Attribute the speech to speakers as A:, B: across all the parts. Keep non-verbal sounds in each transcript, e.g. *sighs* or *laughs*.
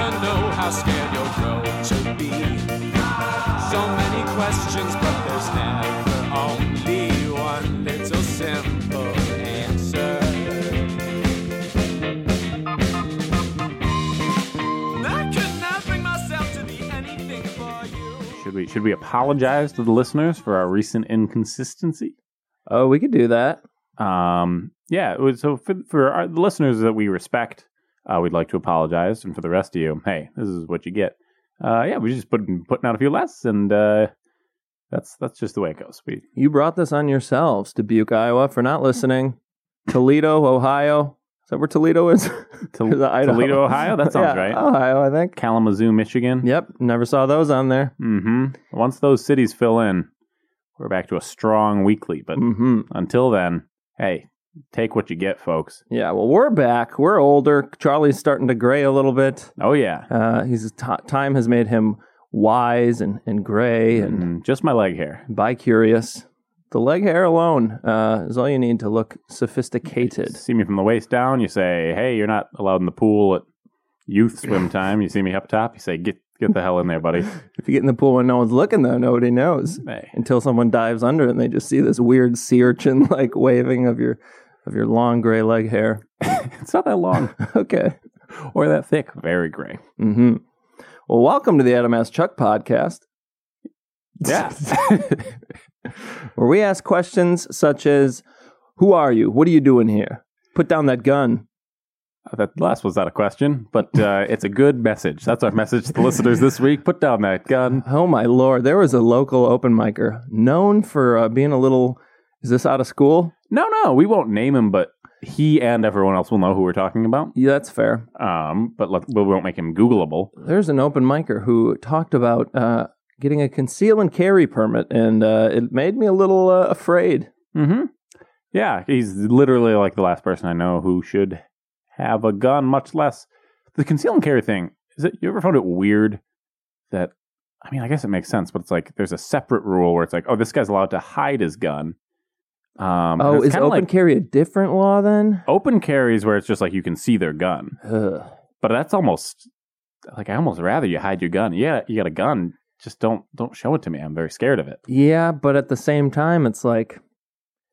A: how scared you're grown to be. So many questions, but there's never only one little simple answer. And I could not bring myself to be anything for you.
B: Should we should we apologize to the listeners for our recent inconsistency?
C: Oh, we could do that.
B: Um, yeah. It was, so for, for our, the listeners that we respect, uh, we'd like to apologize, and for the rest of you, hey, this is what you get. Uh, yeah, we just put putting out a few less, and uh, that's that's just the way it goes. We
C: You brought this on yourselves, Dubuque, Iowa, for not listening. Toledo, Ohio. Is that where Toledo
B: *laughs*
C: is?
B: Tol-
C: Is that Idaho?
B: Toledo, Ohio. That sounds
C: *laughs* Yeah,
B: right.
C: Ohio, I think.
B: Kalamazoo, Michigan.
C: Yep, never saw those on there.
B: hmm Once those cities fill in, we're back to a strong weekly. But
C: hmm
B: until then, hey, take what you get, folks.
C: Yeah, well, we're back. We're older. Charlie's starting to gray a little bit.
B: Oh yeah,
C: Uh, he's t- time has made him wise and, and gray and
B: Mm, just my leg hair.
C: bicurious. The leg hair alone uh, is all you need to look sophisticated.
B: See me from the waist down. You say, hey, you're not allowed in the pool at youth swim time. You see me up top. You say, get get the hell in there, buddy.
C: If you get in the pool when no one's looking, though, nobody knows
B: Hey,
C: until someone dives under and they just see this weird sea urchin *laughs* like waving of your of your long gray leg hair. *laughs*
B: it's not that long
C: okay.
B: or that thick. Very gray.
C: Mm-hmm. Well, welcome to the Adam Ask Chuck podcast.
B: Yeah.
C: where we ask questions such as Who are you? What are you doing here? Put down that gun.
B: That last was not a question, but uh, it's a good message. That's our message to the listeners this week. Put down that gun.
C: Oh, my Lord. There was a local open micer known for uh, being a little. Is this out of school?
B: No, no, we won't name him, but he and everyone else will know who we're talking about.
C: Yeah, that's fair.
B: Um, but let, we won't make him Googleable.
C: There's an open micer who talked about uh, getting a conceal and carry permit, and uh, it made me a little uh, afraid.
B: Mm-hmm. Yeah, he's literally like the last person I know who should have a gun, much less the conceal and carry thing. Is it? You ever found it weird that? I mean, I guess it makes sense, but it's like there's a separate rule where it's like, oh, this guy's allowed to hide his gun. Um, and
C: Oh,
B: it's
C: is
B: kinda
C: open
B: like
C: carry a different law then?
B: open carries where it's just like you can see their gun,
C: Ugh.
B: but that's almost like I almost rather you hide your gun. Yeah, you got a gun, just don't don't show it to me. I'm very scared of it.
C: Yeah, but at the same time, it's like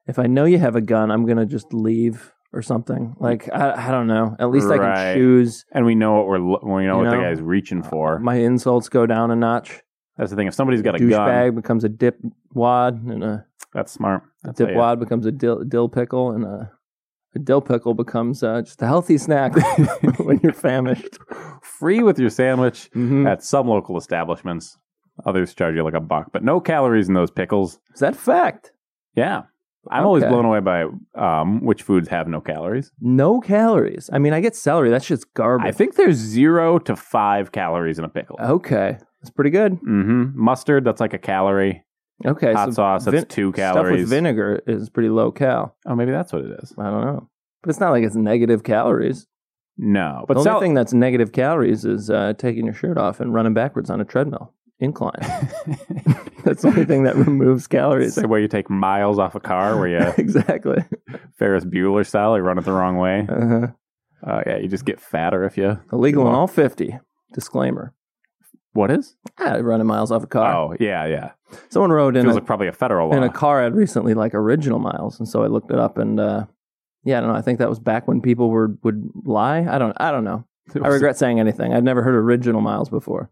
C: if I know you have a gun, I'm gonna just leave or something. Like I, I don't know. At least I
B: Right.
C: can choose.
B: And we know what we're lo- we know
C: You
B: what the
C: know? uh,
B: guy's reaching for.
C: My insults go down a notch.
B: That's the thing. If somebody's got a gun,
C: Douchebag becomes a dip wad, and a
B: That's smart. That's
C: dip
B: how
C: wad becomes a dill, dill pickle, and a, a dill pickle becomes uh, just a healthy snack *laughs* when you're famished.
B: you- Free with your sandwich *laughs*
C: Mhm.
B: at some local establishments. Others charge you like a buck, but no calories in those pickles.
C: Is that fact?
B: Yeah. I'm always
C: Okay.
B: blown away by um, which foods have no calories.
C: No calories. I mean, I get celery. That shit's garbage.
B: I think there's zero to five calories in a pickle.
C: okay, that's pretty good.
B: hmm Mustard, that's like a calorie.
C: Okay,
B: Hot sauce, that's
C: vin-
B: two
C: Stuff with
B: calories.
C: vinegar is pretty low cal.
B: Oh, maybe that's what it is.
C: I don't know. But it's not like it's negative calories.
B: No, but
C: the only
B: sal-
C: thing that's negative calories is uh, taking your shirt off and running backwards on a treadmill
B: *laughs*
C: incline. that's the only thing that removes calories.
B: Say where you take miles off a car, where
C: *laughs*
B: you
C: exactly.
B: Ferris Bueller style, you run it the wrong way.
C: Uh-huh.
B: Uh, yeah, you just get fatter if you.
C: Illegal in
B: Wow.
C: all 50. Disclaimer.
B: What is?
C: Ah, running miles off a car.
B: Oh, yeah, yeah.
C: Someone wrote in
B: Feels
C: a,
B: like probably a federal law.
C: in a car ad recently, like original miles. And so I looked it up and, uh, yeah, I don't know. I think that was back when people were would lie. I don't. I don't know. I *laughs* regret saying anything. I'd never heard original miles before.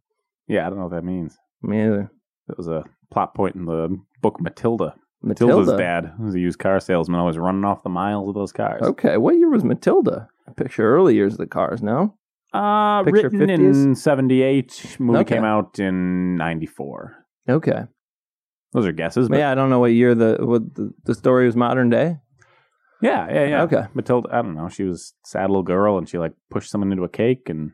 B: Yeah, I don't know what that means.
C: Me either.
B: That was a plot point in the book Matilda.
C: Matilda.
B: Matilda's dad was a used car salesman, always running off the miles of those cars.
C: Okay, what year was Matilda? I picture early years of the cars. No,
B: Uh,
C: Oh. Picture
B: written in 78, movie
C: Okay.
B: came out in 94.
C: okay,
B: Those are guesses,
C: but
B: but yeah,
C: yeah, I don't know what year the what the, the story was modern day.
B: yeah, yeah,
C: Okay.
B: Matilda, I don't know. She was a sad little girl and she like pushed someone into a cake and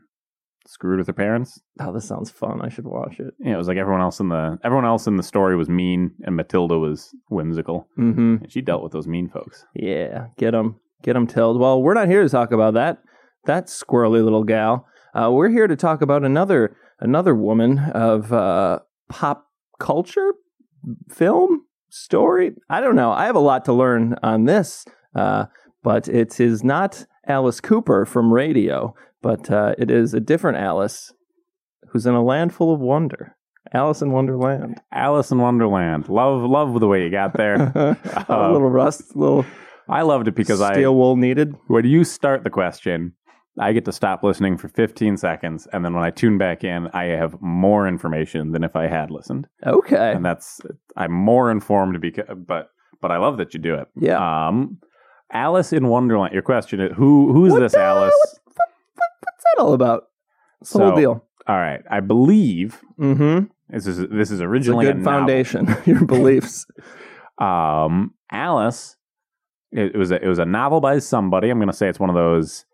B: screwed with her parents.
C: Oh, this sounds fun. I should watch it.
B: Yeah, it was like everyone else in the everyone else in the story was mean and Matilda was whimsical.
C: Mm-hmm.
B: And she dealt with those mean folks.
C: Yeah, get them, get them tilled. Well, we're not here to talk about that that squirrely little gal. Uh, we're here to talk about another another woman of uh, pop culture, film story. I don't know. I have a lot to learn on this, uh, but it is not Alice Cooper from Radio, but uh, it is a different Alice who's in a land full of wonder. Alice in Wonderland. *laughs*
B: Alice in Wonderland. Love, love the way you got there.
C: a little rust, a little
B: I loved it Uh, because I
C: steel wool needed.
B: when you start the question, I get to stop listening for 15 seconds, and then when I tune back in, I have more information than if I had listened,
C: Okay.
B: and that's I'm more informed because. But but I love that you do it.
C: Yeah.
B: Um, Alice in Wonderland. Your question is who who's
C: What
B: this
C: the-
B: Alice?
C: What's that all about? It's the
B: So,
C: whole deal.
B: All right, I believe
C: Mm-hmm.
B: this is this is
C: It's a
B: originally
C: good
B: a novel.
C: foundation. *laughs* Your beliefs.
B: Um, Alice. It, it was a, it was a novel by somebody. I'm going to say it's one of those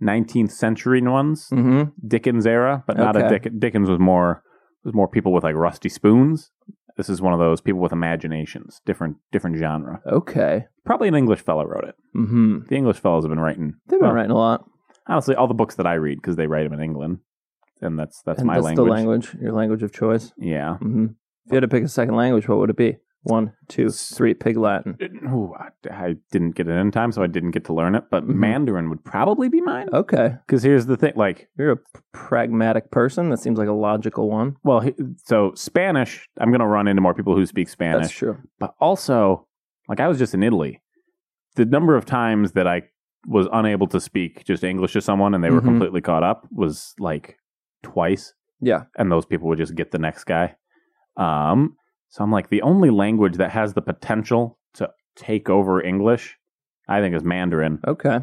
B: 19th century ones.
C: Mm-hmm.
B: Dickens era, but not a
C: Okay.
B: Dick- Dickens was more was more people with like rusty spoons. This is one of those people with imaginations, different different genre.
C: Okay.
B: Probably an English fellow wrote it.
C: Mm-hmm.
B: The English fellows have been writing.
C: They've been
B: well,
C: writing a lot.
B: Honestly, all the books that I read because they write them in England, and that's that's
C: and
B: my
C: that's
B: language.
C: the language, your language of choice.
B: Yeah.
C: Mm-hmm. If you had to pick a second language, what would it be? One, two, three. Pig Latin.
B: Ooh, I, I didn't get it in time, so I didn't get to learn it. But
C: Mhm.
B: Mandarin would probably be mine.
C: Okay.
B: Because here's the thing: like,
C: You're a pragmatic person. That seems like a logical one.
B: well, he- so Spanish. I'm going to run into more people who speak Spanish.
C: That's true.
B: but also like I was just in Italy. The number of times that I was unable to speak just English to someone and they were
C: Mhm.
B: completely caught up was like twice,
C: Yeah.
B: and those people would just get the next guy. Um, so I'm like the only language that has the potential to take over English, I think, is Mandarin.
C: Okay.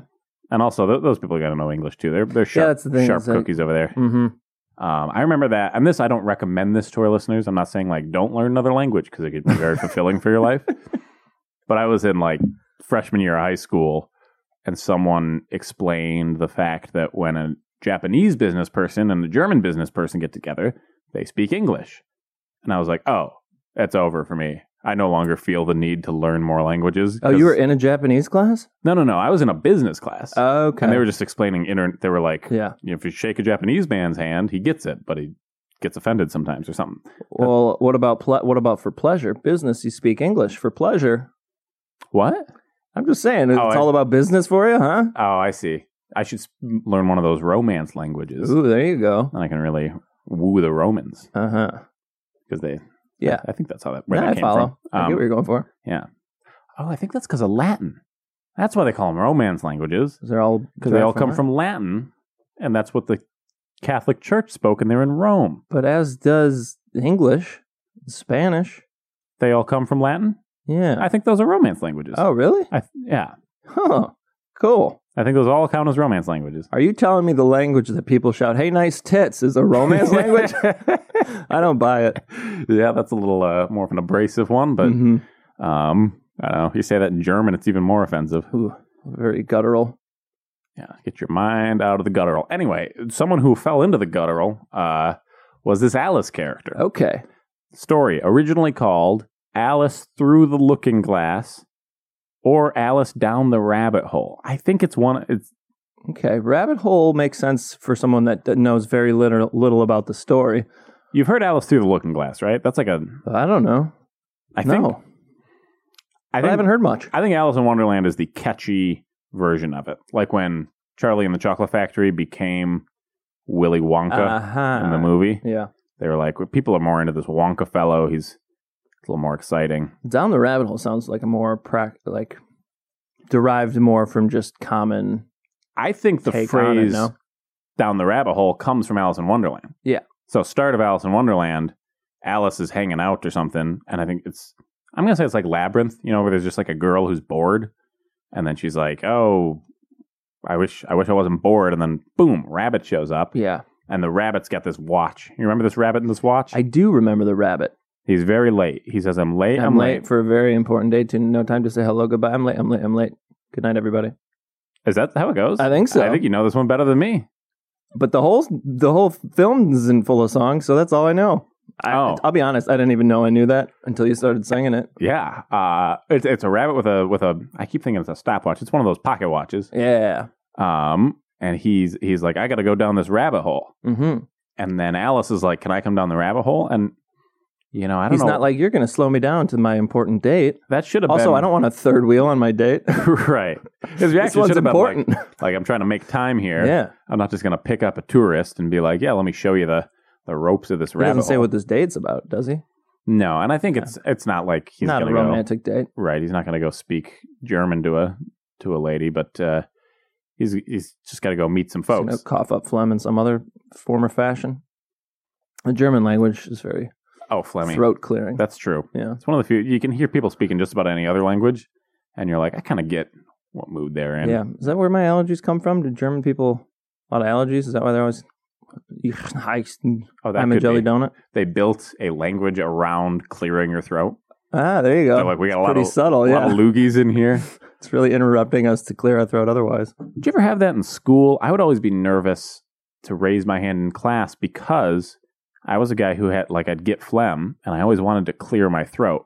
B: And also, th- those people got to know English too. They're they're sharp,
C: that's the thing,
B: sharp
C: it's like-
B: cookies over there.
C: Mm-hmm.
B: Um, I remember that, and this I don't recommend this to our listeners. I'm not saying like don't learn another language because it could be very fulfilling for your
C: *laughs*
B: life. But I was in like freshman year of high school, and someone explained the fact that when a Japanese business person and a German business person get together, they speak English, and I was like, oh, that's over for me. I no longer feel the need to learn more languages.
C: Oh,
B: 'cause-
C: you were in a Japanese class?
B: no, no, no. I was in a business class,
C: Okay.
B: and they were just explaining. Inter- they were like,
C: yeah.
B: you know, if you shake a Japanese man's hand, he gets it, but he gets offended sometimes or something.
C: Well, what about ple- what about for pleasure? Business, you speak English for pleasure.
B: What?
C: I'm just saying, it's
B: Oh, I-
C: all about business for you, huh?
B: Oh, I see. I should sp- learn one of those romance languages,
C: Ooh, there you go.
B: and I can really woo the Romans
C: Uh huh.
B: because they.
C: Yeah.
B: I, I think that's how that where
C: Yeah,
B: that
C: I
B: came
C: follow.
B: from.
C: I get
B: Um,
C: what you're going for.
B: oh, I think that's because of Latin. That's why they call them romance languages
C: They're all
B: because they all
C: derived
B: come
C: it.
B: from Latin, and that's what the Catholic Church spoke, and they're in Rome.
C: but as does English, Spanish.
B: They all come from Latin.
C: Yeah.
B: I think those are romance languages.
C: oh, really?
B: I th- yeah.
C: Huh. Cool.
B: I think those all count as romance languages.
C: Are you telling me the language that people shout, "Hey, nice tits," is a
B: *laughs*
C: romance language? I don't buy it.
B: yeah, that's a little uh, more of an abrasive one, but
C: Mhm.
B: um, I don't know. You say that in German, it's even more offensive.
C: Ooh, very guttural.
B: Yeah, get your mind out of the guttural. Anyway, someone who fell into the guttural uh, was this Alice character.
C: Okay.
B: Story originally called Alice Through the Looking Glass or Alice Down the Rabbit Hole. I think it's one. It's
C: Okay. Rabbit hole makes sense for someone that, that knows very little, little about the story.
B: you've heard Alice Through the Looking Glass, right? That's like a.
C: But I don't know.
B: I
C: no,
B: think I
C: I,
B: think
C: haven't heard much.
B: I think Alice in Wonderland is the catchy version of it. Like when Charlie and the Chocolate Factory became Willy Wonka
C: Uh-huh.
B: in the movie.
C: Yeah.
B: They were like, people are more into this Wonka fellow. He's a little more exciting.
C: Down the rabbit hole sounds like a more prac- like derived more from just common
B: I think the
C: take on it.
B: phrase
C: No.
B: down the rabbit hole comes from Alice in Wonderland.
C: Yeah.
B: So, start of Alice in Wonderland, Alice is hanging out or something. And I think it's, I'm going to say it's like Labyrinth, you know, where there's just like a girl who's bored. And then she's like, oh, I wish I wish I wasn't bored. And then boom, rabbit shows up.
C: Yeah.
B: and the rabbit's got this watch. You remember this rabbit and this watch?
C: I do remember the rabbit.
B: He's very late. He says, "I'm late.
C: I'm, late. for a very important date. To no time to say hello, goodbye. I'm late. I'm late. I'm late. Good night, everybody.
B: Is that how it goes?
C: I think so.
B: I think you know this one better than me.
C: but the whole the whole film isn't full of songs, so that's all I know. I,
B: Oh.
C: I'll be honest, I didn't even know I knew that until you started singing it.
B: Yeah, uh, it's it's a rabbit with a with a. I keep thinking it's a stopwatch. It's one of those pocket watches.
C: Yeah.
B: Um, and he's he's like, "I got to go down this rabbit hole."
C: hmm
B: And then Alice is like, "Can I come down the rabbit hole?" And you know, I don't
C: He's
B: know.
C: not like you're going to slow me down to my important date.
B: that should have
C: Also,
B: been.
C: I don't want a third wheel on my date.
B: *laughs* right. His
C: *laughs* this
B: reaction
C: one's
B: should have been like, *laughs*
C: important.
B: like, "I'm trying to make time here.
C: yeah.
B: I'm not just going to pick up a tourist and be like, yeah, let me show you the the ropes of this
C: He
B: rabbit
C: doesn't say
B: hole.
C: what this date's about, does he?
B: no, and I think it's it's not like he's
C: Not a
B: gonna go
C: romantic date.
B: right. He's not gonna go speak German to a to a lady, but uh, he's he's just got to go meet some
C: He's
B: folks.
C: gonna cough up phlegm in some other form or fashion. The German language is very
B: oh, Fleming,
C: throat clearing.
B: that's true.
C: yeah.
B: It's one of the few you can hear people speaking just about any other language, and you're like, I kind of get what mood they're in.
C: yeah. Is that where my allergies come from? Do German people a lot of allergies? Is that why they're always
B: Oh, that
C: I'm a
B: could
C: jelly
B: be.
C: donut?
B: They built a language around clearing your throat.
C: Ah, there you
B: They're
C: go.
B: like, we got a lot
C: Pretty
B: of,
C: subtle,
B: a lot
C: yeah.
B: of loogies in here.
C: *laughs* It's really interrupting us to clear our throat otherwise.
B: Did you ever have that in school? I would always be nervous to raise my hand in class because I was a guy who had like I'd get phlegm and I always wanted to clear my throat,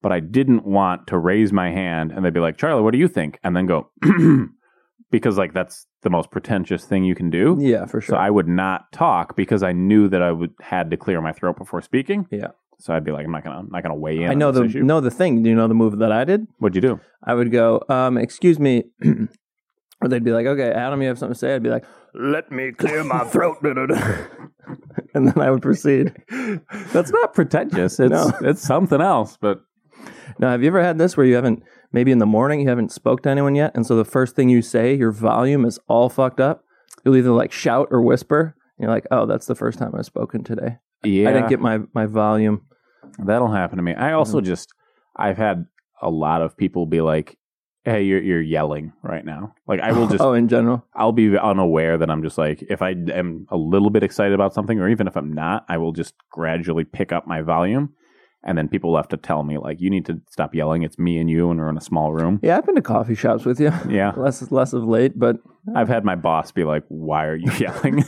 B: but I didn't want to raise my hand and they'd be like, "Charlie, what do you think?" and then go *clears throat* because like that's the most pretentious thing you can do.
C: Yeah, for sure.
B: So I would not talk because I knew that I would had to clear my throat before speaking.
C: Yeah.
B: So I'd be like, I'm not gonna, I'm not gonna weigh in.
C: I know
B: on
C: the
B: this issue.
C: know the thing. Do you know the move that I did?
B: What'd you do?
C: I would go, um, excuse me. *clears throat* or they'd be like, okay, Adam, you have something to say? I'd be like, let me clear my throat. *laughs* da, da, da. and then I would proceed.
B: That's not
C: *laughs*
B: pretentious. It's it's something else. But
C: Now, have you ever had this where you haven't, maybe in the morning, you haven't spoke to anyone yet? And so the first thing you say, your volume is all fucked up. You'll either like shout or whisper. And you're like, oh, that's the first time I've spoken today.
B: yeah,
C: I didn't get my, my volume.
B: that'll happen to me. I also just I've had a lot of people be like, "Hey, you're you're yelling right now." Like I
C: *laughs*
B: will just
C: oh, in general.
B: I'll be unaware that I'm just like if I am a little bit excited about something, or even if I'm not, I will just gradually pick up my volume. And then people will have to tell me like, "You need to stop yelling. It's me and you, and we're in a small room."
C: Yeah, I've been to coffee shops with you. *laughs*
B: Yeah.
C: Less less of late, but
B: I've had my boss be like, "Why are you *laughs* yelling?"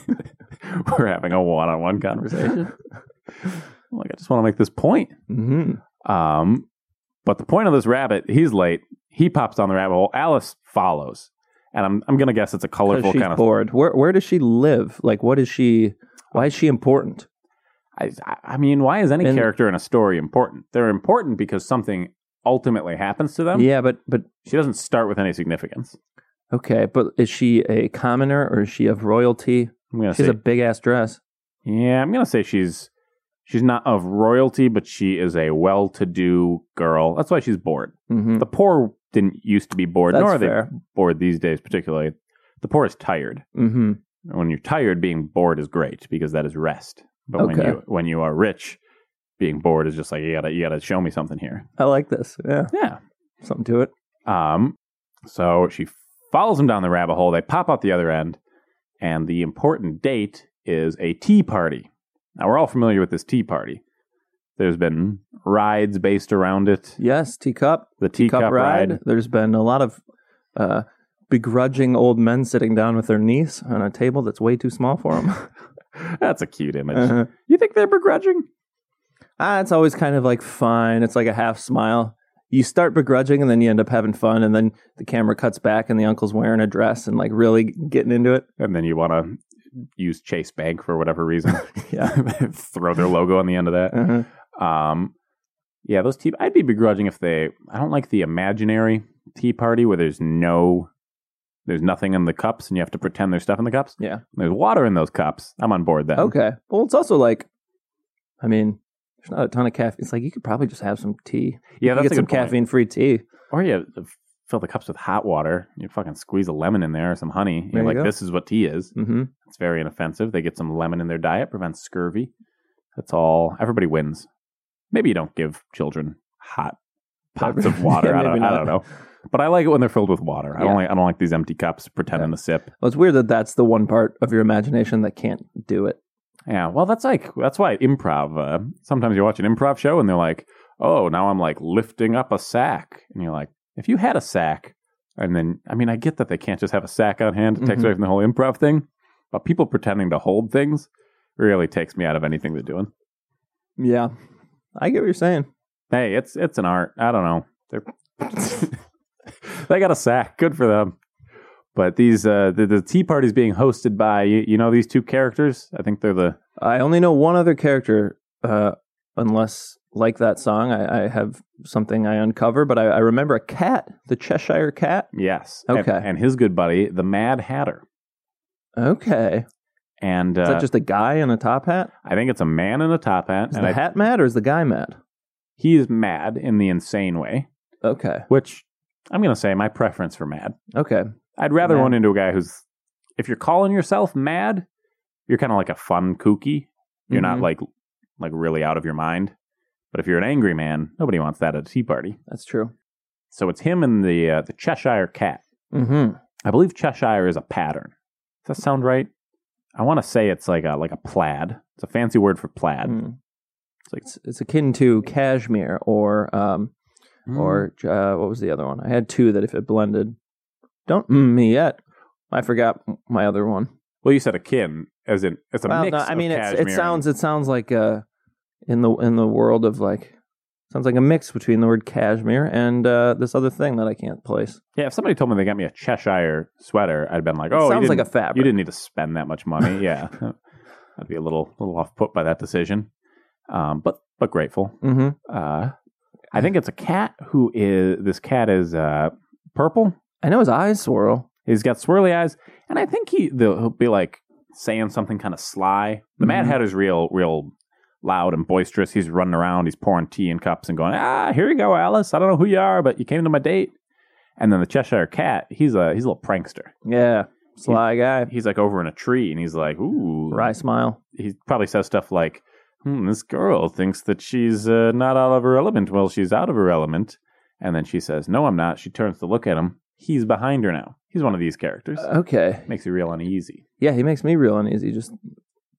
B: We're having a one-on-one
C: *laughs*
B: conversation. I'm like, I just want to make this point.
C: hmm
B: Um, but the point of this rabbit, he's late. He pops down the rabbit hole. Alice follows, and I'm I'm gonna guess it's a colorful
C: she's
B: kind of.
C: bored. Where where does she live? Like, what is she? Why is she important?
B: I, I- I mean, why is any
C: And-
B: character in a story important? They're important because something ultimately happens to them.
C: yeah, but but
B: She doesn't start with any significance.
C: okay. But is she a commoner or is she of royalty?
B: I'm gonna
C: She's
B: say,
C: a big ass dress.
B: yeah, I'm gonna say she's she's not of royalty, but she is a well-to-do girl. That's why she's bored.
C: Mm-hmm.
B: The poor didn't used to be bored,
C: That's
B: nor are they
C: fair.
B: bored these days, particularly. The poor is tired.
C: Mm-hmm.
B: And when you're tired, being bored is great because that is rest. But when
C: Okay.
B: you when you are rich, being bored is just like you gotta you gotta show me something here.
C: I like this. Yeah,
B: Yeah.
C: something to it.
B: Um. So she follows him down the rabbit hole. They pop out the other end, and the important date is a tea party. Now we're all familiar with this tea party. There's been rides based around it.
C: Yes, teacup,
B: The teacup, ride.
C: There's been a lot of uh, begrudging old men sitting down with their niece on a table that's way too small for *laughs* Uh-huh. them.
B: That's a cute image. You think they're begrudging?
C: Ah, it's always kind of like fine. It's like a half smile. You start begrudging and then you end up having fun, and then the camera cuts back and the uncle's wearing a dress and like really getting into it.
B: And then you want to use Chase Bank for whatever reason.
C: *laughs*
B: *laughs*
C: Yeah.
B: Throw their logo on the end of that.
C: Uh-huh.
B: Um, yeah, those tea. I'd be begrudging if they. I don't like the imaginary tea party where there's no, there's nothing in the cups, and you have to pretend there's stuff in the cups.
C: Yeah.
B: there's water in those cups. I'm on board then.
C: Okay. Well, it's also like, I mean, there's not a ton of caffeine. It's like you could probably just have some tea.
B: Yeah,
C: You could
B: that's a
C: get some
B: good point.
C: caffeine free tea.
B: Or you fill the cups with hot water. You fucking squeeze a lemon in there or some honey. You're
C: There you
B: like,
C: go.
B: this is what tea is.
C: Mm-hmm.
B: It's very inoffensive. They get some lemon in their diet, prevents scurvy. That's all. Everybody wins. Maybe you don't give children hot pots of water.
C: *laughs* Yeah,
B: I, don't,
C: maybe
B: I
C: not.
B: don't know. But I like it when they're filled with water. I
C: Yeah.
B: don't like I don't like these empty cups pretending to sip.
C: Well, it's weird that that's the one part of your imagination that can't do it.
B: Yeah. Well, that's like that's why improv. Uh, sometimes you watch an improv show and they're like, "Oh, now I'm like lifting up a sack," and you're like, "If you had a sack." And then, I mean, I get that they can't just have a sack on hand. It takes
C: Mhm.
B: away from the whole improv thing. But people pretending to hold things really takes me out of anything they're doing.
C: Yeah. I get what you're saying.
B: Hey, it's it's an art. I don't know. They're *laughs* they got a sack. Good for them. But these uh, the, the tea party's being hosted by you, you know these two characters. I think they're the
C: I only know one other character, uh, unless like that song, I, I have something I uncover, but I, I remember a cat, the Cheshire Cat.
B: yes. And-
C: Okay.
B: and his good buddy, the Mad Hatter.
C: Okay.
B: And
C: Is
B: uh,
C: that just a guy in a top hat?
B: I think it's a man in a top hat,
C: Is
B: and
C: the
B: I,
C: hat mad or is the guy mad?
B: he is mad in the insane way.
C: Okay.
B: Which I'm gonna say my preference for mad.
C: Okay.
B: I'd rather
C: Mad.
B: run into a guy who's, if you're calling yourself mad, you're kind of like a fun kooky. You're not
C: Mhm.
B: like like really out of your mind. But if you're an angry man, nobody wants that at a tea party.
C: That's true.
B: So it's him and the uh, the Cheshire Cat.
C: Mm-hmm.
B: I believe Cheshire is a pattern. Does that sound right? I want to say it's like a like a plaid. It's a fancy word for plaid.
C: Mm. It's, like, it's, it's akin to cashmere or um
B: Mm.
C: or uh, what was the other one? I had two that if it blended. Don't mm me yet. I forgot my other one.
B: well, you said akin as in it's a
C: Well,
B: mix.
C: no, I
B: of
C: mean, it's,
B: cashmere
C: it
B: and-
C: sounds it sounds like uh, in the in the world of like sounds like a mix between the word cashmere and uh, this other thing that I can't place.
B: Yeah, if somebody told me they got me a Cheshire sweater, I'd been like,
C: It
B: "Oh, you
C: sounds like
B: didn't-
C: a fabric.
B: You didn't need to spend that much
C: *laughs*
B: money. Yeah, *laughs* I'd be a little little off put by that decision, um, but but grateful.
C: Mm-hmm.
B: Uh, I think it's a cat who is this cat is uh, purple.
C: I know his eyes swirl.
B: He's got swirly eyes, and I think he the- he'll be like saying something kind of sly. The Mad
C: Mhm.
B: Hatter's real real loud and boisterous. He's running around. He's pouring tea in cups and going, "Ah, here you go, Alice. I don't know who you are, but you came to my date." And then the Cheshire Cat, he's a he's a little prankster.
C: Yeah, sly guy,
B: he's like over in a tree and he's like, ooh.
C: wry smile.
B: He probably says stuff like, hmm, this girl thinks that she's uh, not out of her element. Well, she's out of her element. And then she says, no, I'm not. She turns to look at him. He's behind her now. He's one of these characters.
C: Uh. Okay,
B: Makes you real uneasy.
C: yeah, he makes me real uneasy just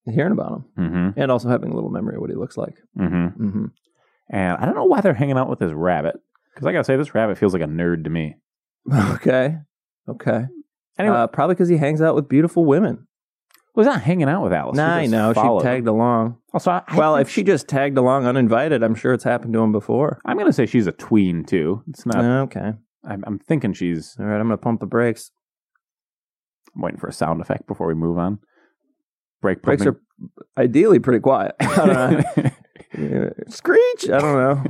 C: hearing about him,
B: Mm-hmm.
C: and also having a little memory of what he looks like.
B: Mm-hmm.
C: Mm-hmm. *laughs*
B: And I don't know why they're hanging out with this rabbit. Because I got to say, this rabbit feels like a nerd to me.
C: Okay, okay.
B: Anyway,
C: uh, probably because he hangs out with beautiful women.
B: was not hanging out with Alice.
C: nah, I
B: just
C: know
B: followed
C: she tagged
B: him.
C: along.
B: Also, I, I
C: well,
B: think
C: if she just tagged along uninvited, I'm sure it's happened to him before.
B: I'm going to say she's a tween, too. It's not.
C: okay.
B: I'm, I'm thinking she's
C: All right, I'm going to pump the brakes.
B: I'm waiting for a sound effect before we move on. Break
C: Brakes
B: pumping.
C: are ideally pretty quiet. *laughs*
B: *laughs*
C: I don't know. Screech. I don't know.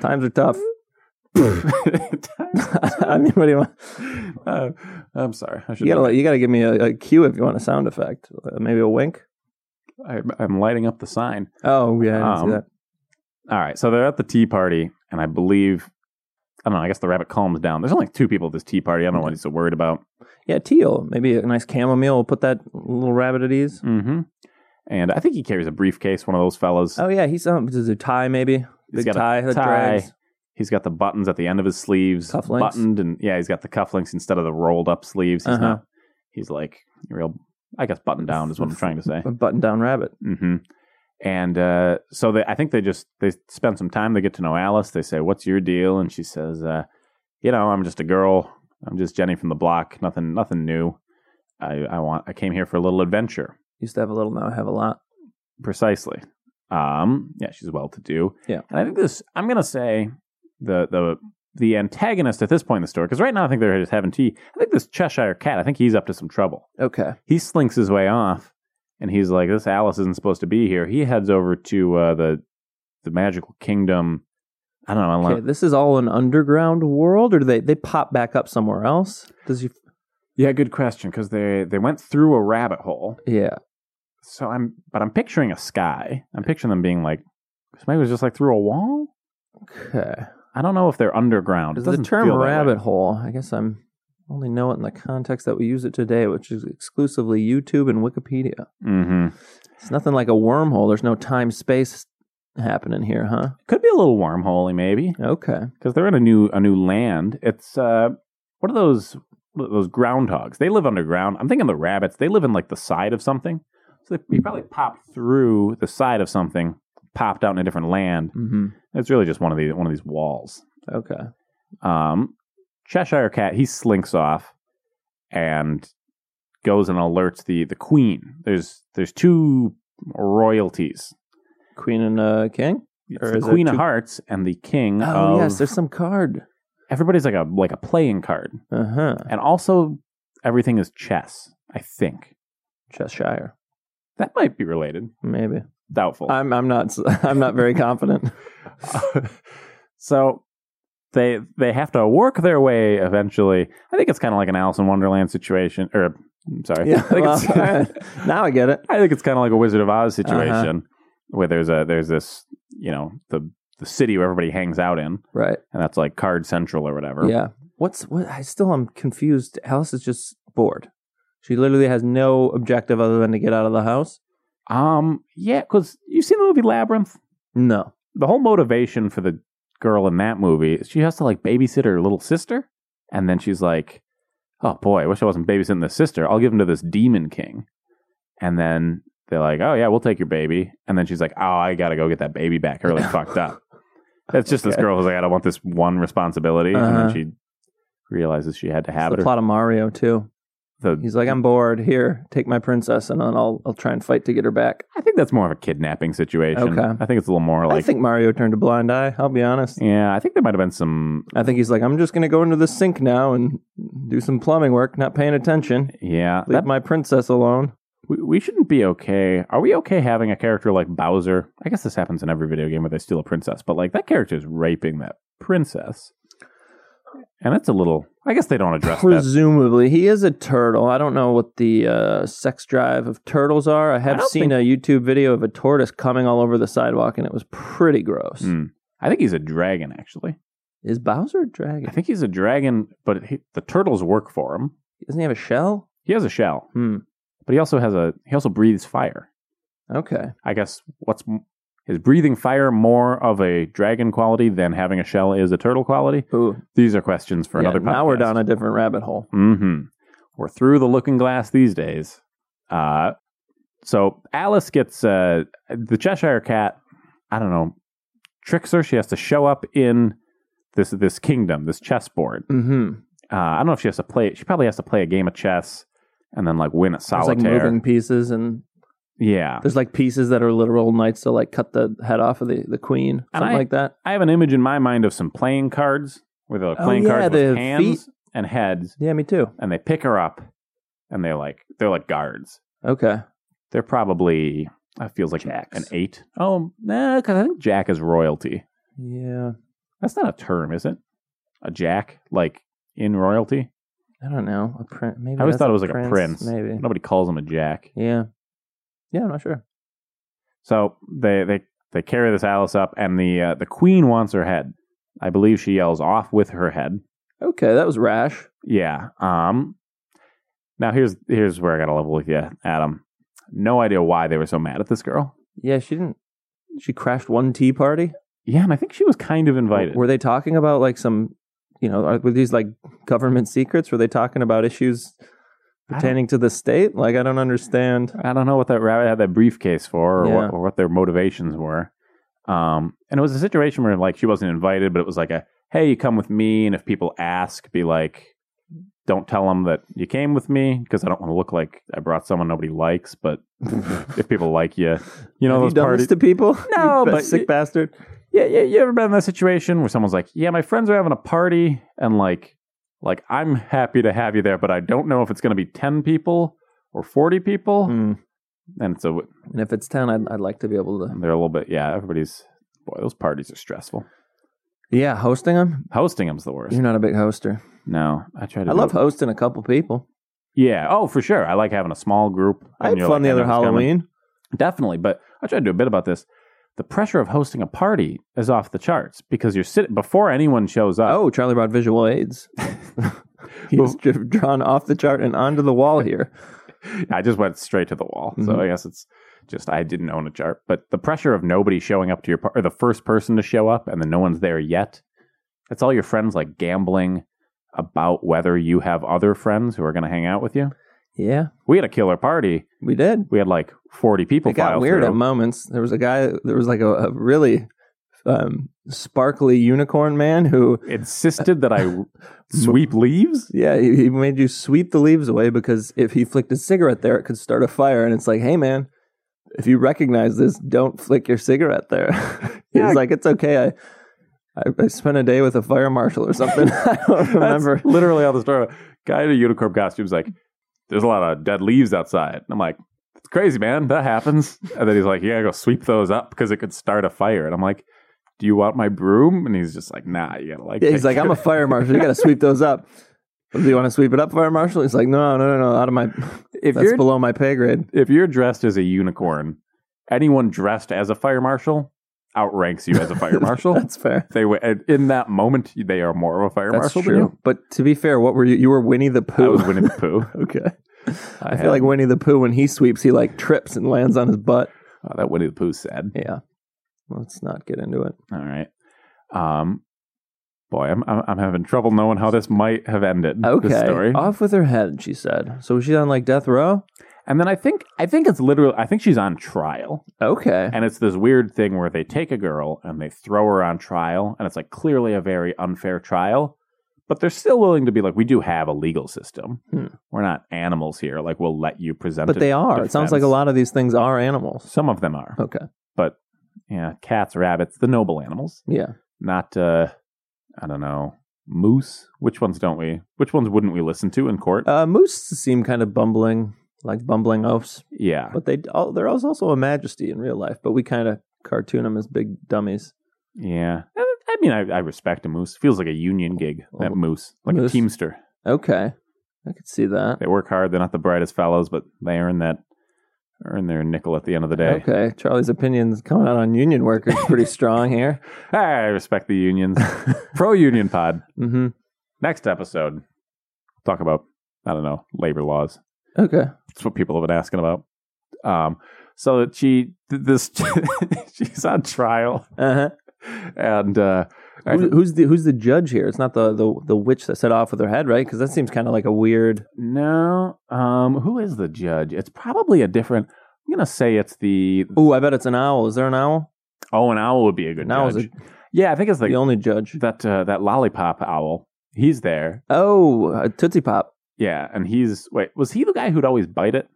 C: Times are tough. *laughs* I mean, what do you want?
B: *laughs* Uh, I'm sorry. I should.
C: You gotta let- you gotta give me a, a cue if you want a sound effect. Uh, maybe a wink.
B: I, I'm lighting up the sign.
C: Oh yeah, I didn't
B: Um,
C: see that.
B: All right. So they're at the tea party, and I believe I don't know. I guess the rabbit calms down. There's only two people at this tea party. I don't know what he's so worried about.
C: Yeah, teal. Maybe a nice chamomile will put that little rabbit at ease.
B: Mm-hmm. And I think he carries a briefcase. One of those fellas.
C: Oh yeah, he's um, does a tie maybe
B: He's
C: big
B: got a
C: tie that
B: tie.
C: drags.
B: He's got the buttons at the end of his sleeves,
C: Cufflinks?
B: buttoned, and yeah, he's got the cufflinks instead of the rolled up sleeves. He's
C: Uh-huh.
B: not. He's like real. I guess button down is what
C: *laughs*
B: I'm trying to say.
C: A button down rabbit.
B: hmm And uh, so they, I think they just they spend some time. They get to know Alice. They say, "What's your deal?" And she says, uh, "You know, I'm just a girl. I'm just Jenny from the block. Nothing, nothing new. I, I want. I came here for a little adventure.
C: Used to have a little, now I have a lot.
B: Precisely. Um, yeah, she's well to do.
C: Yeah.
B: And I think this. I'm gonna say the the the antagonist at this point in the story, because right now I think they're just having tea. I think this Cheshire cat. I think he's up to some trouble.
C: Okay.
B: he slinks his way off and he's like this alice isn't supposed to be here he heads over to uh, the the magical kingdom i don't know I
C: Okay,
B: love-
C: this is all an underground world, or do they they pop back up somewhere else? Does he?
B: yeah good question because they they went through a rabbit hole
C: Yeah.
B: so i'm but i'm picturing a sky i'm picturing them being like somebody was just like through a wall
C: Okay.
B: i don't know if they're underground It
C: Because the
B: doesn't
C: term
B: feel that way.
C: rabbit hole, I guess I'm only know it in the context that we use it today, which is exclusively YouTube and Wikipedia.
B: Mhm.
C: It's nothing like a wormhole. There's no time space happening here, huh?
B: could be a little wormholey maybe
C: Okay.
B: because they're in a new a new land. It's uh, what are those what are those groundhogs? They live underground. I'm thinking the rabbits. They live in like the side of something, so they, he probably popped through the side of something, popped out in a different land.
C: Mm-hmm.
B: It's really just one of these one of these walls.
C: Okay.
B: Um, Cheshire Cat he slinks off and goes and alerts the the queen. There's there's two royalties.
C: Queen and uh, King.
B: It's
C: Or
B: the
C: is there
B: Queen of
C: two-
B: Hearts and the King
C: Oh
B: of
C: yes, there's some card.
B: everybody's like a like a playing card.
C: Uh huh.
B: And also, everything is chess, I think.
C: Cheshire,
B: That might be related.
C: maybe.
B: Doubtful.
C: I'm I'm not s- *laughs* I'm not very confident.
B: *laughs* so they they have to work their way eventually. I think it's kind of like an Alice in Wonderland situation, or I'm sorry. *laughs*
C: Yeah,
B: I think it's-
C: well, now I get it.
B: I think it's kind of like a Wizard of Oz situation
C: Uh-huh.
B: where there's a there's this you know the the city where everybody hangs out in,
C: Right.
B: and that's like Card Central or whatever.
C: Yeah. What's what? I still am confused. Alice is just bored. She literally has no objective other than to get out of the house.
B: Um. Yeah, because you've seen the movie Labyrinth.
C: No.
B: The whole motivation for the girl in that movie is she has to like babysit her little sister, and then she's like, "Oh boy, I wish I wasn't babysitting this sister. I'll give him to this demon king." And then they're like, "Oh yeah, we'll take your baby." And then she's like, "Oh, I gotta go get that baby back. Her like fucked
C: *laughs*
B: up." That's just this
C: Okay.
B: girl who's like, "I don't want this one responsibility," and
C: Uh-huh.
B: then she realizes she had to have
C: It's the
B: it.
C: plot of Mario too.
B: The-
C: He's like, I'm bored. Here, take my princess, and then I'll I'll try and fight to get her back.
B: I think that's more of a kidnapping situation.
C: Okay.
B: I think it's a little more like.
C: I think Mario turned a blind eye. I'll be honest.
B: yeah, I think there might have been some
C: I think he's like, I'm just gonna go into the sink now and do some plumbing work, not paying attention.
B: Yeah,
C: Leave my princess alone.
B: we, we shouldn't be okay. Are we okay having a character like Bowser? I guess this happens in every video game where they steal a princess, but like that character is raping that princess, and it's a little. I guess they don't address that.
C: Presumably, he is a turtle. I don't know what the uh, sex drive of turtles are. I have
B: don't
C: seen
B: think-
C: a YouTube video of a tortoise coming all over the sidewalk, and it was pretty gross.
B: Hmm. I think he's a dragon, actually.
C: Is Bowser a
B: I
C: dragon?
B: think he's a dragon, but he, the turtles work for him.
C: Doesn't he have a shell?
B: He has a shell,
C: Hmm.
B: but he also has a he also breathes fire.
C: Okay.
B: I guess what's m- is breathing fire more of a dragon quality than having a shell is a turtle quality?
C: Ooh.
B: These are questions for
C: Yeah,
B: another podcast.
C: Now we're down a different rabbit hole.
B: Mm-hmm. We're through the looking glass these days. Uh, so Alice gets uh, the Cheshire Cat. I don't know, tricks her. She has to show up in this this kingdom, this chessboard.
C: Mm-hmm.
B: Uh, I don't know if she has to play. She probably has to play a game of chess and then like win at
C: There's like
B: solitaire.
C: moving pieces, and
B: yeah,
C: there's like pieces that are literal knights to like cut the head off of the, the queen,
B: And
C: something
B: I-
C: like that.
B: I have an image in my mind of some playing cards where they're like
C: Oh,
B: playing
C: yeah,
B: cards
C: the
B: with hands
C: feet.
B: and heads,
C: Yeah, me too.
B: and they pick her up, and they're like they're like guards.
C: Okay.
B: They're probably that feels like
C: Jacks.
B: an eight. Oh, nah, because I think Jack is royalty.
C: Yeah.
B: That's not a term, is it? A Jack, like in royalty.
C: I don't know. A print. Maybe
B: I always
C: that's
B: thought it was like a prince.
C: Maybe.
B: Nobody calls him a Jack.
C: Yeah. Yeah, I'm not sure.
B: So they they they carry this Alice up, and the uh, the queen wants her head. I believe she yells off with her head.
C: Okay, that was rash.
B: Yeah. Um. Now here's here's where I got to level with you, Adam. No idea why they were so mad at this girl.
C: Yeah, she didn't. She crashed one tea party.
B: Yeah, and I think she was kind of invited.
C: Were they talking about like some, you know, are, were these like government secrets? Were they talking about issues
B: I don't-
C: pertaining to the state? Like, I don't understand.
B: I don't know what that rabbit had that briefcase for, or,
C: Yeah.
B: what, or what their motivations were. Um, and it was a situation where like she wasn't invited, but it was like a hey, you come with me, and if people ask, be like, don't tell them that you came with me because I don't want to look like I brought someone nobody likes. But if people like *laughs*
C: *laughs*
B: you, you know
C: Have you
B: those
C: done
B: parties.
C: this to people?
B: *laughs* No,
C: you ba-
B: but
C: sick
B: you-
C: bastard.
B: yeah, yeah, you ever been in that situation where someone's like, yeah, my friends are having a party, and like, like I'm happy to have you there, but I don't know if it's going to be ten people or forty people,
C: Mm.
B: and so
C: And if it's ten, I'd, I'd like to be able to.
B: And they're a little bit, yeah, everybody's, boy, those parties are stressful.
C: Yeah, hosting them.
B: Hosting them's the worst.
C: You're not a big hoster.
B: no, I try to.
C: I
B: do-
C: love hosting a couple people.
B: Yeah. Oh, for sure. I like having a small group.
C: I
B: and
C: had
B: you're like,
C: fun the
B: I know
C: other
B: it's coming.
C: Halloween.
B: Definitely. But I tried to do a bit about this. The pressure of hosting a party is off the charts because you're sitting before anyone shows up.
C: Oh, Charlie brought
B: *laughs*
C: visual aids. *laughs* He's dri- drawn off the chart and onto the wall here.
B: I just went straight to the wall. So
C: Mhm.
B: I guess it's just I didn't own a chart. But the pressure of nobody showing up to your party, or the first person to show up, and then no one's there yet. It's all your friends like gambling about whether you have other friends who are going to hang out with you.
C: Yeah,
B: We had a killer party.
C: we did.
B: We had like forty people.
C: It got
B: file
C: weird
B: through.
C: at moments. There was a guy. There was like a, a really um, sparkly unicorn man who,
B: Insisted
C: *laughs*
B: that I sweep leaves.
C: yeah, he, he made you sweep the leaves away because if he flicked a cigarette there, it could start a fire. And it's like, hey, man, if you recognize this, don't flick your cigarette there. *laughs* He's
B: Yeah.
C: like, it's okay. I, I I spent a day with a fire marshal or something. *laughs* *laughs* I don't
B: *laughs*
C: remember.
B: That's literally how the story. Guy in a unicorn costume's like, "There's a lot of dead leaves outside." And I'm like, "It's crazy, man. That happens." And then he's like, "You gotta go sweep those up because it could start a fire." And I'm like, "Do you want my broom?" And he's just like, "Nah, you gotta like."
C: Yeah, he's
B: take
C: like, I'm a
B: it."
C: fire marshal. You got to sweep those up. Do you want to sweep it up, Fire Marshal? He's like, no, no, no, no, out of my.
B: If
C: That's
B: you're
C: below my pay grade.
B: if you're dressed as a unicorn, anyone dressed as a fire marshal outranks you as a fire marshal.
C: That's fair.
B: they wa- and in that moment they are more of a fire
C: That's
B: marshal
C: true.
B: than you.
C: But to be fair, what were you? You were Winnie the Pooh.
B: I was Winnie the Pooh.
C: *laughs* okay. I,
B: had-
C: feel like Winnie the Pooh when he sweeps, he like trips and lands on his butt.
B: Oh, that Winnie the Pooh said.
C: Yeah. Let's not get into it.
B: All right. Um, boy, I'm, I'm I'm having trouble knowing how this might have ended.
C: Okay.
B: This story.
C: Off with her head, she said. So was she on like death row?
B: And then I think I think it's literally I think she's on trial.
C: Okay.
B: And it's this weird thing where they take a girl and they throw her on trial, and it's like clearly a very unfair trial, but they're still willing to be like, we do have a legal system.
C: Hmm.
B: We're not animals here. Like, we'll let you present
C: But
B: a
C: they are. It
B: defense.
C: sounds like a lot of these things are animals.
B: Some of them are.
C: Okay.
B: Yeah. Cats, rabbits, the noble animals.
C: Yeah.
B: Not, uh, I don't know, moose. Which ones don't we? Which ones wouldn't we listen to in court?
C: Uh, moose seem kind of bumbling, like bumbling oafs,
B: yeah.
C: but they oh, there is also a majesty in real life, but we kind of cartoon them as big dummies.
B: Yeah. I I mean, I, I respect a moose. Feels like a union gig, that
C: Oh,
B: moose. Like
C: moose.
B: a teamster.
C: Okay. I could see that.
B: They work hard. They're not the brightest fellows, but they earn that earn their nickel at the end of the day.
C: Okay. Charlie's opinions coming out on union workers
B: *laughs*
C: pretty strong here.
B: Ah, I respect the
C: *laughs*
B: unions. Pro union pod.
C: Mm-hmm.
B: Next episode, talk about I don't know labor laws.
C: Okay.
B: That's what people have been asking about. Um, so she th- this *laughs* she's on trial
C: Uh-huh.
B: and uh, I-
C: Who, who's the who's the judge here? It's not the the, the witch that set off with her head, right? Because that seems kind of like a weird.
B: no, um, who is the judge? It's probably a different. I'm gonna say it's the
C: Ooh, I bet it's an owl. Is there an owl?
B: oh, an owl would be a good
C: An owl's
B: judge.
C: a-
B: yeah, I think it's like
C: the only judge.
B: that uh, that lollipop owl. He's there.
C: Oh, a tootsie pop.
B: Yeah, and he's wait, was he the guy who'd always bite it?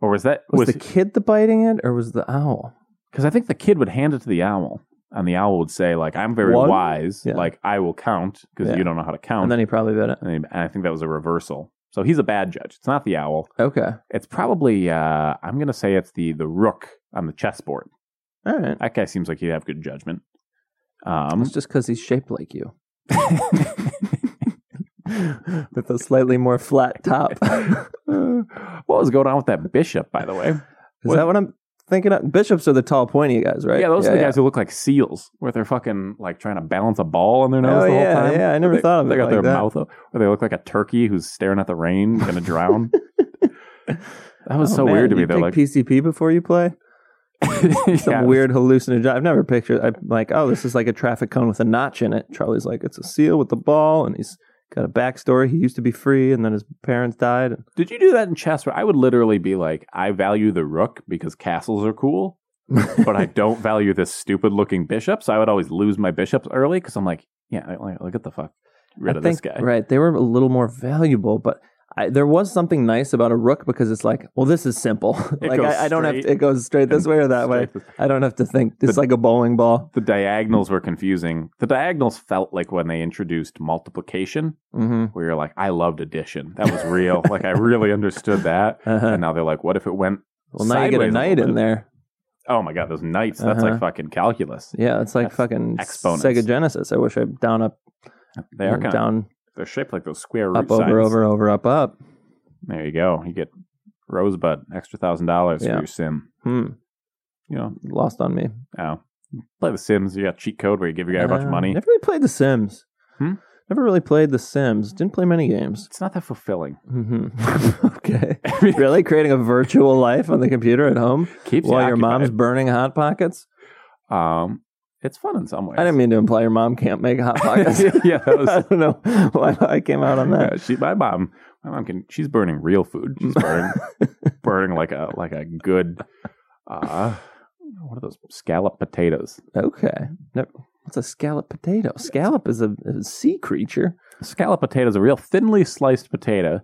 B: Or was that
C: Was,
B: was
C: the kid the biting it, or was the owl?
B: because I think the kid would hand it to the owl and the owl would say like I'm very
C: One?
B: wise,
C: Yeah.
B: like I will count because
C: Yeah.
B: you don't know how to count.
C: And then he probably bit it.
B: And he- and I think that was a reversal. So he's a bad judge. It's not the owl.
C: Okay.
B: It's probably uh I'm going to say it's the the rook on the chessboard.
C: All right.
B: That guy seems like he'd have good judgment.
C: It's *laughs*
B: Um *laughs*
C: just because he's shaped like you, *laughs* with a slightly more flat
B: *laughs*
C: top.
B: what was going on with that bishop by the way?
C: Is that what I'm thinking of? Bishops are the tall, pointy guys, right?
B: Yeah, those are the guys who look like seals, where they're fucking like trying to balance a ball on their nose
C: Oh,
B: the whole
C: yeah,
B: time.
C: yeah. I never
B: They-
C: thought of
B: They
C: it
B: got
C: like
B: their
C: that.
B: mouth up, or they look like a turkey who's staring at the rain, gonna
C: *laughs*
B: drown. that was
C: Oh,
B: so
C: man,
B: weird to
C: you
B: me. They're
C: take
B: like
C: PCP before you play.
B: *laughs*
C: Some
B: Yeah.
C: weird hallucinogen. I've never pictured. I'm like, oh, this is like a traffic cone with a notch in it. Charlie's like, it's a seal with a ball, and he's got a backstory. He used to be free, and then his parents died.
B: Did you do that in chess? Where I would literally be like, I value the rook because castles are cool, but
C: *laughs*
B: I don't value this stupid looking bishop. So I would always lose my bishops early because I'm like, yeah, I- like, look at the fuck rid
C: I
B: of
C: think
B: this guy.
C: right. They were a little more valuable, but. I, there was something nice about a rook because it's like, well, this is simple. *laughs*
B: It
C: like
B: goes
C: I, I don't have
B: straight
C: to, it goes straight this
B: and
C: way or that way.
B: Straight-
C: I don't have to think. It's
B: The-
C: like a bowling ball.
B: the diagonals were confusing. The diagonals felt like when they introduced multiplication,
C: Mm-hmm.
B: where you're like, I loved addition. That was
C: *laughs*
B: real. like, I really understood that.
C: Uh-huh.
B: And now they're like, what if it went?
C: Well, now you get
B: sideways
C: a
B: a
C: knight
B: little
C: in
B: bit.
C: there.
B: Oh my God, those knights. That's
C: Uh-huh.
B: like fucking calculus.
C: Yeah, it's like
B: That's
C: fucking
B: exponents.
C: Sega Genesis. I wish I down up,
B: They are kind of,
C: down,
B: they're shaped like those square root
C: up, over,
B: signs.
C: over, over, up, up.
B: There you go. You get Rosebud, extra thousand dollars for
C: Yeah.
B: your sim.
C: Hmm,
B: You know,
C: lost on me.
B: oh, play the Sims. You got cheat code where you give your guy a bunch of
C: Uh,
B: money.
C: Never really played The Sims.
B: Hmm?
C: Never really played The Sims. Didn't play many games.
B: It's not that fulfilling.
C: hmm
B: *laughs*
C: *laughs* okay. really creating a virtual life on the computer at home
B: Keeps you
C: while your mom's
B: occupied.
C: burning hot pockets.
B: Um, it's fun in some ways. *laughs*
C: I didn't mean to imply your mom can't make hot pockets.
B: yeah, that was
C: *laughs* I don't know why I came out on that.
B: Yeah, she, my mom, my mom can. She's burning real food. She's
C: *laughs*
B: burning, burning like a like a good. Uh, what are those scallop potatoes?
C: Okay. Never, what's a scallop potato? Scallop is a, a sea creature.
B: Scallop potato is a real thinly sliced potato,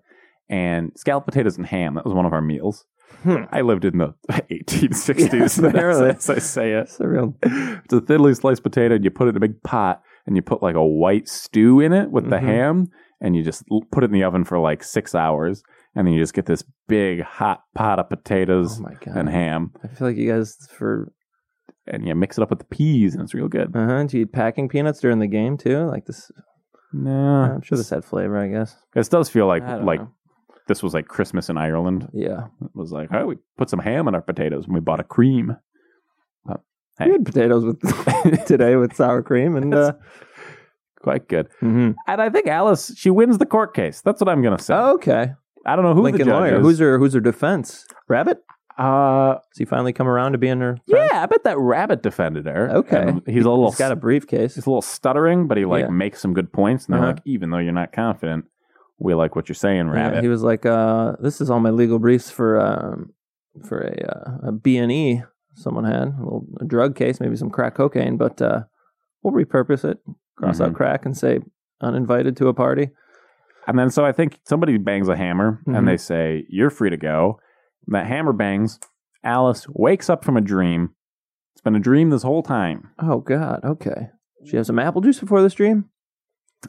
B: and scallop potatoes and ham. That was one of our meals.
C: Hmm.
B: I lived in the *laughs* 1860s.
C: *laughs* Yeah, apparently.
B: *laughs* as I say it,
C: That's a real. oh
B: it's a thinly sliced potato, and you put it in a big pot, and you put like a white stew in it with the
C: Mhm.
B: ham, and you just l- put it in the oven for like six hours, and then you just get this big hot pot of potatoes.
C: Oh my god.
B: and ham,
C: I feel like you guys for uh-huh,
B: and you mix it up with the peas, and it's real good.
C: uh huh. Do you eat packing peanuts during the game too? Like this
B: No,
C: I'm sure this had flavor, I guess.
B: this does feel like
C: I don't
B: like
C: know.
B: this was like Christmas in Ireland.
C: yeah,
B: It was like, oh, we put some ham in our potatoes and we bought a cream. Hey.
C: we had
B: *laughs*
C: potatoes with today with sour cream and uh,
B: Quite good.
C: mhm.
B: And I think Alice she wins the court case. That's what I'm gonna say.
C: oh, okay.
B: I don't know who
C: Lincoln
B: the judge
C: lawyer.
B: is.
C: Who's her Who's her defense? Rabbit.
B: uh,
C: Has he finally come around to being her?
B: yeah, I bet that rabbit defended her.
C: Okay.
B: And he's a little
C: He's got a briefcase.
B: he's a little stuttering, but he like
C: Yeah.
B: makes some good points. And they're
C: Uh-huh.
B: like, even though you're not confident, we like what you're saying,
C: Yeah,
B: rabbit.
C: he was like, uh, "This is all my legal briefs for um, for a, uh, a B and E someone had a little a drug case, maybe some crack cocaine, but uh, we'll repurpose it, cross
B: Mm-hmm.
C: out crack, and say uninvited to a party."
B: And then so I think somebody bangs a hammer
C: Mhm.
B: and they say, You're free to go. And that hammer bangs. Alice wakes up from a dream. It's been a dream this whole time.
C: Oh God, okay. She has some apple juice before this dream.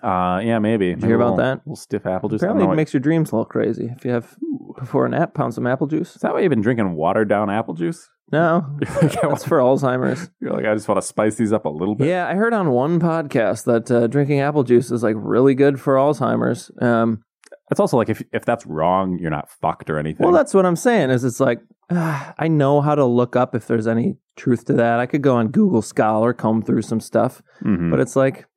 B: Uh, yeah, maybe. Did
C: you hear about that?
B: Little stiff apple juice. I don't
C: Apparently,
B: know
C: it
B: what-
C: makes your dreams a little crazy. If you have before a nap, pound some apple juice.
B: Is that why you've been drinking watered down apple juice? *laughs*
C: *laughs* No,
B: You're like, I,
C: that's for Alzheimer's.
B: you're like, I just want to spice these up a little bit.
C: *laughs* Yeah, I heard on one podcast that uh, drinking apple juice is like really good for Alzheimer's. Um,
B: It's also like if if that's wrong, you're not fucked or anything.
C: Well, that's what I'm saying. Is it's like *sighs* ah, I know how to look up if there's any truth to that. I could go on Google Scholar, comb through some stuff,
B: Mhm.
C: but it's like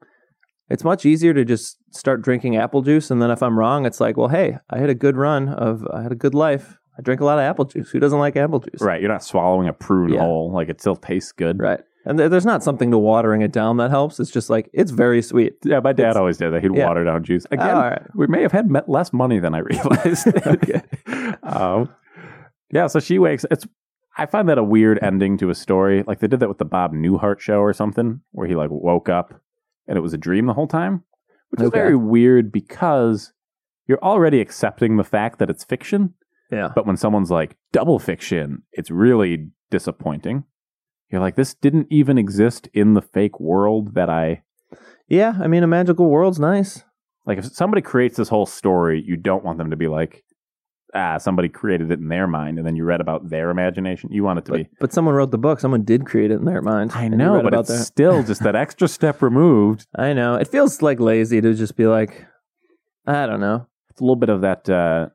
C: it's much easier to just start drinking apple juice, and then if I'm wrong, it's like, well, hey, I had a good run of, I had a good life. I drink a lot of apple juice. Who doesn't like apple juice?
B: right. You're not swallowing a prune
C: Yeah.
B: whole. Like it still tastes good.
C: Right. And there- there's not something to watering it down that helps. It's just like it's very sweet.
B: Yeah, my dad
C: It's-
B: always did that. He'd
C: Yeah.
B: water down juice. Again,
C: Oh, all right.
B: we may have had met less money than I *laughs* realized.
C: *laughs*
B: um, yeah, so she wakes. It's I find that a weird ending to a story. Like they did that with the Bob Newhart show or something, where he like woke up and it was a dream the whole time, which is
C: Okay.
B: very weird because you're already accepting the fact that it's fiction.
C: Yeah.
B: But when someone's like double fiction, it's really disappointing. You're like, this didn't even exist in the fake world that I
C: Yeah. I mean, a magical world's nice.
B: like if somebody creates this whole story, you don't want them to be like, ah, somebody created it in their mind, and then you read about their imagination. You want it to
C: But,
B: be.
C: but someone wrote the book. Someone did create it in their mind.
B: I
C: And you
B: know,
C: read
B: but
C: about
B: it's
C: that.
B: still just that extra step removed.
C: I know. It feels like lazy to just be like, I don't know.
B: It's a little bit of that uh,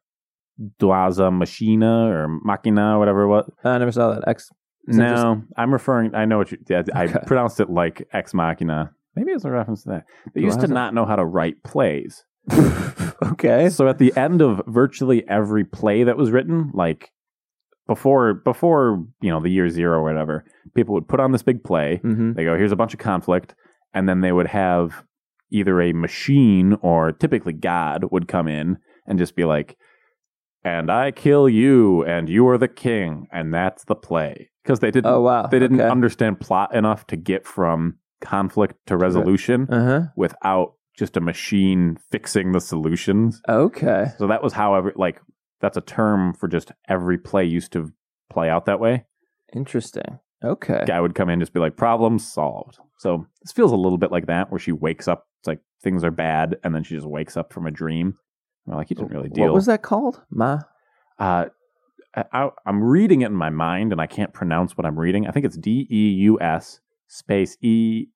B: Dwaza Machina or Machina, whatever it was.
C: I never saw that. X. Is that
B: No, I'm referring. I know what you. Yeah, I
C: Okay.
B: pronounced it like Ex Machina. Maybe it's a reference to that. They used to
C: Dwaza?
B: not know how to write plays.
C: *laughs* okay.
B: Eh, So at the end of virtually every play that was written, like before before you know the year zero or whatever, people would put on this big play.
C: Mm-hmm.
B: They go, here's a bunch of conflict, and then they would have either a machine or typically God would come in and just be like, "And I kill you, and you are the king, and that's the play." Because they didn't
C: Oh wow.
B: they didn't
C: Okay.
B: understand plot enough to get from conflict to resolution
C: uh
B: without just a machine fixing the solutions.
C: huh. Okay.
B: So that was however like that's a term for just every play used to play out that way.
C: Interesting. Okay.
B: Guy would come in and just be like, problem solved. So this feels a little bit like that, where she wakes up, it's like things are bad, and then she just wakes up from a dream. We're like, you didn't really deal.
C: What was that called? Ma.
B: Uh, I, I, I'm reading it in my mind, and I can't pronounce what I'm reading. I think it's D E U S space E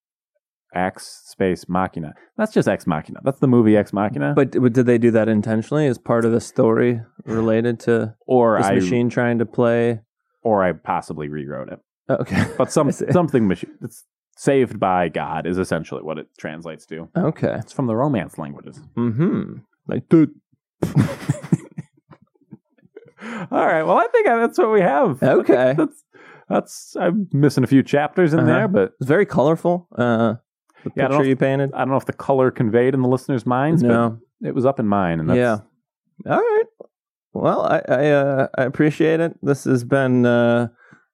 B: X space Machina. That's just Ex Machina. That's the movie Ex Machina.
C: But but did they do that intentionally? Is part of the story related to
B: or
C: this
B: I
C: machine trying to play? Oh,
B: or I possibly rewrote it.
C: Okay.
B: but *laughs* some
C: I see.
B: something machi- it's saved by God is essentially what it translates to.
C: Okay.
B: It's from the Romance languages.
C: Mm-hmm. Like dude.
B: All right. Well, I think that's what we have. I think
C: Okay.
B: That's that's I'm missing a few chapters in
C: Uh-huh.
B: there, but
C: *laughs* It's very colorful. Uh, the
B: Yeah, I don't
C: picture
B: know
C: you painted.
B: I don't know if the color conveyed in the listeners' minds.
C: No.
B: But it was up in mine, and that's,
C: yeah. All right. Well, I I, uh, I appreciate it. This has been uh,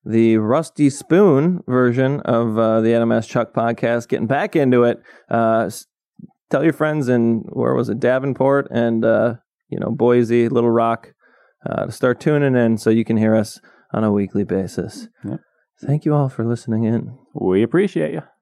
C: the Rusty Spoon version of uh, the Adam S. Chuck podcast. Getting back into it. Uh, s- tell your friends in where was it Davenport and uh, you know Boise, Little Rock, uh, to start tuning in so you can hear us on a weekly basis.
B: Yep.
C: Thank you all for listening in.
B: we appreciate you.